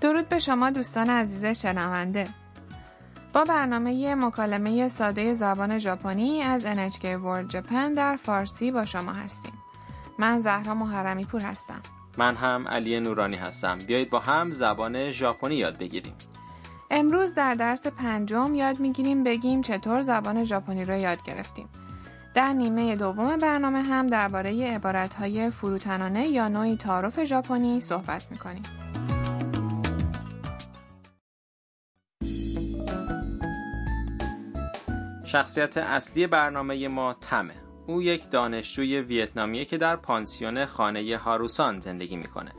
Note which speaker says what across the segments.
Speaker 1: درود به شما دوستان عزیز شنونده با برنامه مکالمه ساده زبان ژاپنی از NHK World Japan در فارسی با شما هستیم من زهرا محرمی پور هستم
Speaker 2: من هم علی نورانی هستم بیایید با هم زبان ژاپنی یاد بگیریم
Speaker 1: امروز در درس پنجم یاد میگیریم بگیم چطور زبان ژاپنی را یاد گرفتیم در نیمه دوم برنامه هم درباره عبارت‌های فروتنانه یا نوعی تعارف ژاپنی صحبت می‌کنیم.
Speaker 2: شخصیت اصلی برنامه ما تمه او یک دانشجوی ویتنامیه که در پانسیون خانه هاروسان زندگی میکنه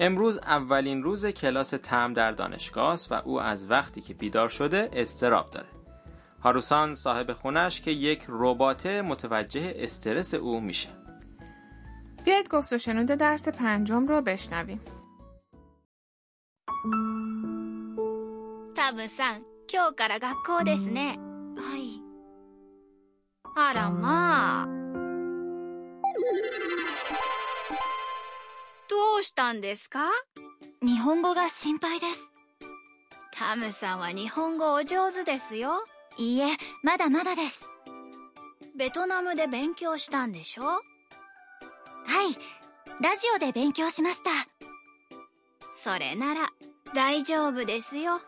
Speaker 2: امروز اولین روز کلاس تم در دانشگاه است و او از وقتی که بیدار شده استراب داره هاروسان صاحب خونش که یک ربات متوجه استرس او میشه
Speaker 1: بیایید گفت و شنود درس پنجم رو بشنویم
Speaker 3: タブさん今日から学校ですねはいあらまあどうしたんですか日本語が心配ですタムさんは日本語お上手ですよいいえまだまだですベトナムで勉強したんでしょはいラジオで勉強しましたそれなら大丈夫ですよ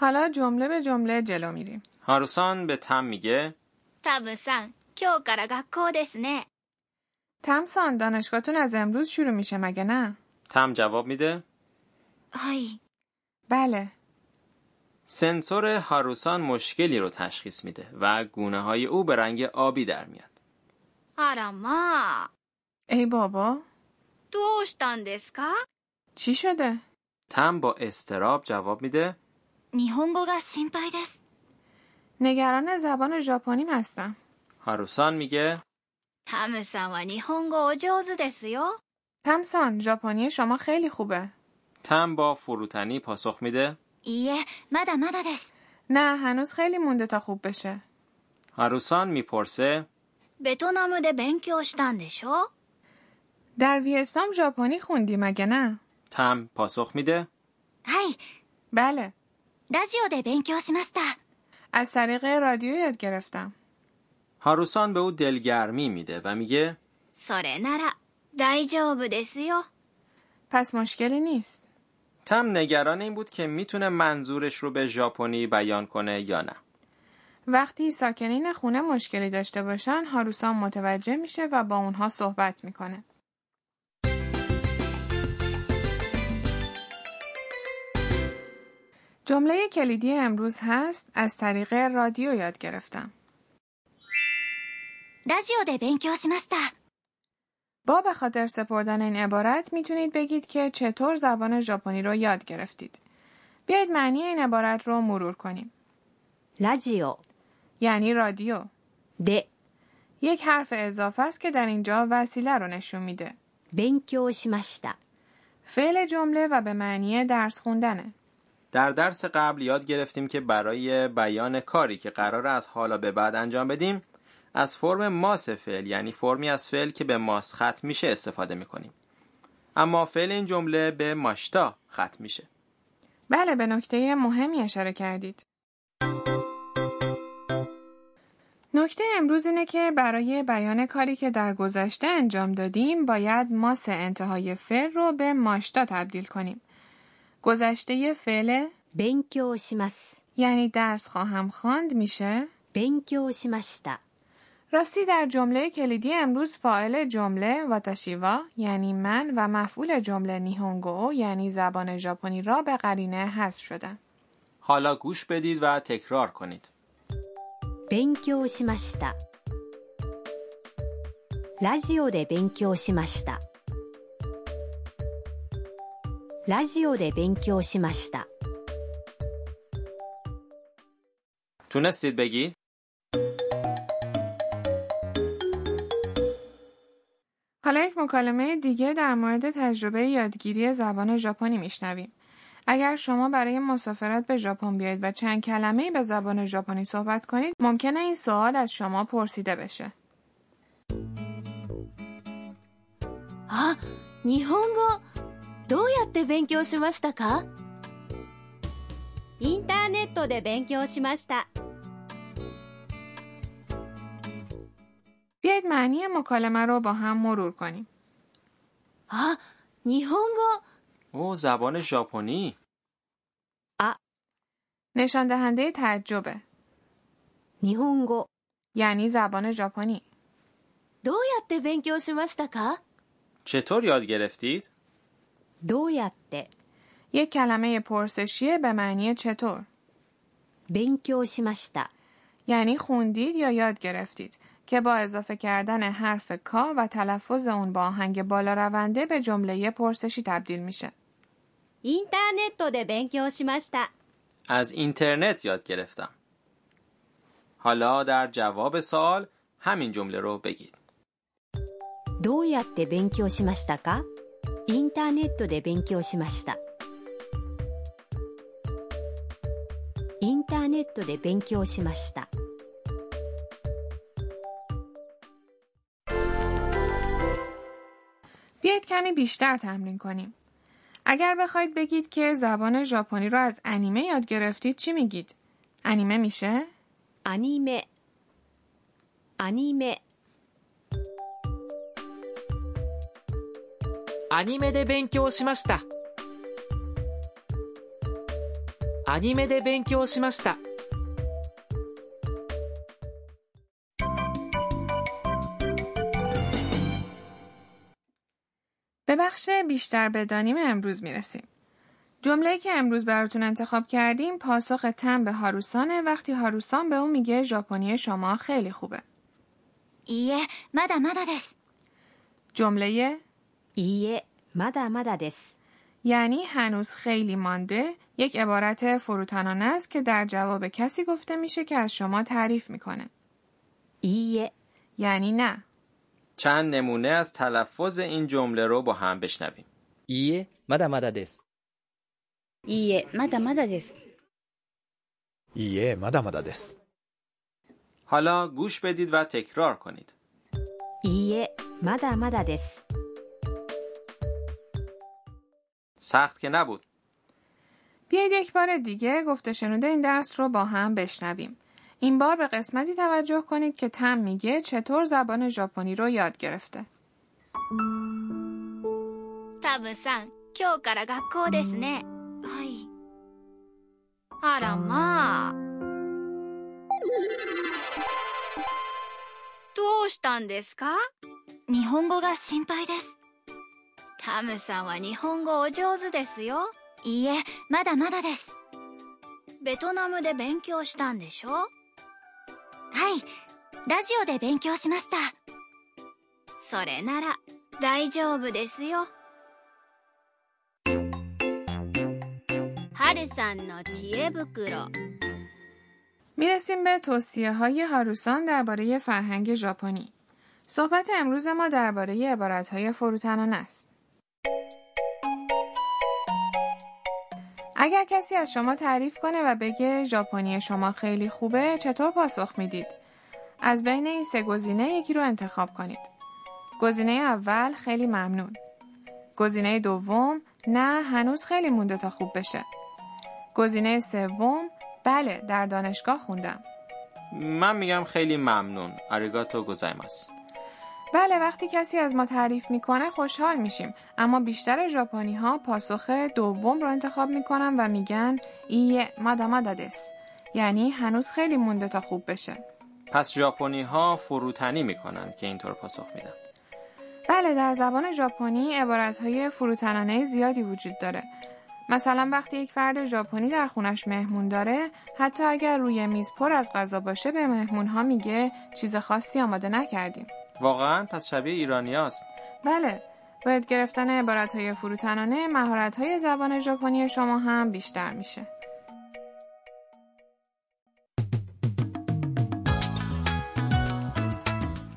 Speaker 1: حالا جمله به جمله جلو میریم
Speaker 2: هاروسان به تم میگه
Speaker 3: タムさん今日から学校ですね
Speaker 1: تمسان دانشگاهتون از امروز شروع میشه مگه نه؟
Speaker 2: تم جواب میده
Speaker 3: はい。
Speaker 1: بله
Speaker 2: سنسور هاروسان مشکلی رو تشخیص میده و گونه های او به رنگ آبی در میاد
Speaker 3: あらまあ。
Speaker 1: ای بابا
Speaker 3: どうしたんですか
Speaker 1: چی شده؟
Speaker 2: تم با استراب جواب میده
Speaker 3: 日本語が心配です。
Speaker 1: نگران زبان ژاپنیم هستم
Speaker 2: هاروسان میگه
Speaker 3: タムさんは日本語お上手ですよ。
Speaker 1: تمسان ژاپنی شما خیلی خوبه
Speaker 2: تم با فروتنی پاسخ میده
Speaker 3: いいえ、まだまだです。
Speaker 1: نه هنوز خیلی مونده تا خوب بشه
Speaker 2: هاروسان میپرسه
Speaker 3: ベトナムで勉強したんでしょ
Speaker 1: در ویتنام ژاپنی خوندی مگه نه؟
Speaker 2: تم پاسخ میده
Speaker 3: はい。
Speaker 1: بله
Speaker 3: ラジオで勉強しました。
Speaker 1: از طریق رادیو یاد گرفتم
Speaker 2: هاروسان به او دلگرمی میده و میگه
Speaker 3: それなら、大丈夫ですよ。
Speaker 1: پس مشکلی نیست
Speaker 2: تم نگران این بود که میتونه منظورش رو به ژاپنی بیان کنه یا نه
Speaker 1: وقتی ساکنین خونه مشکلی داشته باشن هاروسان متوجه میشه و با اونها صحبت میکنه جمله کلیدی امروز هست از طریق رادیو یاد گرفتم
Speaker 3: ラジオで勉強しました。
Speaker 1: با به خاطر سپردن این عبارت میتونید بگید که چطور زبان ژاپنی رو یاد گرفتید بیایید معنی این عبارت رو مرور کنیم
Speaker 4: ラジオ
Speaker 1: یعنی رادیو
Speaker 4: で
Speaker 1: یک حرف اضافه است که در اینجا وسیله رو نشون میده
Speaker 4: 勉強しました。
Speaker 1: فعل جمله و به معنی درس خوندنه.
Speaker 2: در درس قبل یاد گرفتیم که برای بیان کاری که قرار از حالا به بعد انجام بدیم از فرم ماس فعل یعنی فرمی از فعل که به ماس ختم میشه استفاده میکنیم اما فعل این جمله به ماشتا ختم میشه
Speaker 1: بله به نکته مهمی اشاره کردید. نکته امروز اینه که برای بیان کاری که در گذشته انجام دادیم باید ماس انتهای فعل رو به ماشتا تبدیل کنیم. گذشته فعل
Speaker 4: 勉強します。
Speaker 1: یعنی درس خواهم خواند میشه
Speaker 4: 勉強しました。
Speaker 1: راستی در جمله کلیدی امروز فاعل جمله واتاشیوا یعنی من و مفعول جمله نیهونگو یعنی زبان ژاپنی را به قرینه حذف شدن.
Speaker 2: حالا گوش بدید و تکرار کنید
Speaker 4: 勉強しました。ラジオで勉強しました。ラジオで勉強しました。
Speaker 2: تونستید بگی
Speaker 1: حالا یک مکالمه دیگه در مورد تجربه یادگیری زبان ژاپنی میشنویم. اگر شما برای مسافرت به ژاپن بیاید و چند کلمه به زبان ژاپنی صحبت کنید، ممکنه این سوال از شما پرسیده بشه.
Speaker 3: あ、日本語、
Speaker 5: どうやって勉強しましたか
Speaker 6: インターネットで勉強しました
Speaker 1: بیایید معنی مکالمه رو با هم مرور کنیم.
Speaker 5: あ、日本語
Speaker 2: او زبان ژاپنی
Speaker 1: نشان دهنده تعجبه
Speaker 3: 日本語
Speaker 1: یعنی زبان ژاپنی.
Speaker 5: どうやって勉強しましたか
Speaker 2: چطور یاد گرفتید؟
Speaker 3: どうやって、
Speaker 1: یک کلمه پرسشیه به معنی چطور
Speaker 3: 勉強しました。
Speaker 1: یعنی خوندید یا یاد گرفتید که با اضافه کردن حرف کا و تلفظ اون با آهنگ بالا رونده به جمله پرسشی تبدیل میشه.
Speaker 6: インターネットで勉強しました
Speaker 2: از اینترنت یاد گرفتم حالا در جواب سوال همین جمله رو بگید
Speaker 3: どうやって勉強しましたかインターネットで勉強しました。インターネットで勉強しました。
Speaker 1: بیایید کمی بیشتر تمرین کنیم. اگر بخواید بگید که زبان ژاپنی رو از انیمه یاد گرفتید چی میگید؟ انیمه میشه؟
Speaker 3: アニメ、アニメ、
Speaker 7: アニメで勉強しましたアニメで勉強しました
Speaker 1: به بخش بیشتر بدانیم امروز میرسیم. جمله‌ای که امروز براتون انتخاب کردیم پاسخ تم به هاروسانه وقتی هاروسان به اون میگه ژاپنی شما خیلی خوبه.
Speaker 4: いいえまだまだです
Speaker 1: جمله
Speaker 3: いいえ、まだまだです。
Speaker 1: یعنی هنوز خیلی مانده یک عبارت فروتنانه است که در جواب کسی گفته میشه که از شما تعریف میکنه.
Speaker 3: いいえ、
Speaker 1: یعنی نه.
Speaker 2: چند نمونه از تلفظ این جمله رو با هم بشنویم
Speaker 8: いいえ、まだまだです。
Speaker 6: いいえまだまだです
Speaker 9: いいえ、まだまだです。
Speaker 2: حالا گوش بدید و تکرار کنید
Speaker 3: いいえ、まだまだです。
Speaker 2: سخت که نبود
Speaker 1: بیایید یک بار دیگه گفته شنوده این درس رو با هم بشنویم. این بار به قسمتی توجه کنید که تم میگه چطور زبان ژاپنی رو یاد گرفته.
Speaker 4: タムさん今日から学校ですねはいあらまあどうしたんですか
Speaker 3: 日本語が心配です。
Speaker 4: タムさんは日本語お上手ですよいいえまだまだですベトナムで勉強したんでしょはいラジオで勉強しましたそれなら大丈夫ですよ
Speaker 6: はるさんの知恵袋
Speaker 1: میرسیم به توصیه های هاروسان درباره فرهنگ ژاپنی. صحبت امروز ما درباره عبارت های فروتنانه است. اگر کسی از شما تعریف کنه و بگه ژاپنی شما خیلی خوبه چطور پاسخ میدید؟ از بین این سه گزینه یکی رو انتخاب کنید. گزینه اول خیلی ممنون. گزینه دوم نه هنوز خیلی مونده تا خوب بشه. گزینه سوم بله در دانشگاه خوندم.
Speaker 2: من میگم خیلی ممنون آریگاتو گوزایماس
Speaker 1: بله وقتی کسی از ما تعریف میکنه خوشحال میشیم اما بیشتر ژاپنی ها پاسخ دوم رو انتخاب میکنن و میگن ایه مادا مادا دس یعنی هنوز خیلی مونده تا خوب بشه
Speaker 2: پس ژاپنی ها فروتنی میکنن که اینطور پاسخ میدن
Speaker 1: بله در زبان ژاپنی عبارت های فروتنانه زیادی وجود داره مثلا وقتی یک فرد ژاپنی در خونش مهمون داره حتی اگر روی میز پر از غذا باشه به مهمون ها میگه چیز خاصی آماده نکردیم
Speaker 2: واقعا پس شبیه ایرانی هاست.
Speaker 1: بله باید گرفتن عبارت های فروتنانه مهارت های زبان ژاپنی شما هم بیشتر میشه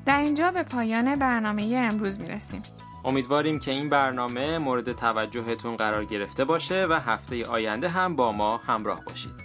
Speaker 1: در اینجا به پایان برنامه امروز میرسیم
Speaker 2: امیدواریم که این برنامه مورد توجهتون قرار گرفته باشه و هفته آینده هم با ما همراه باشید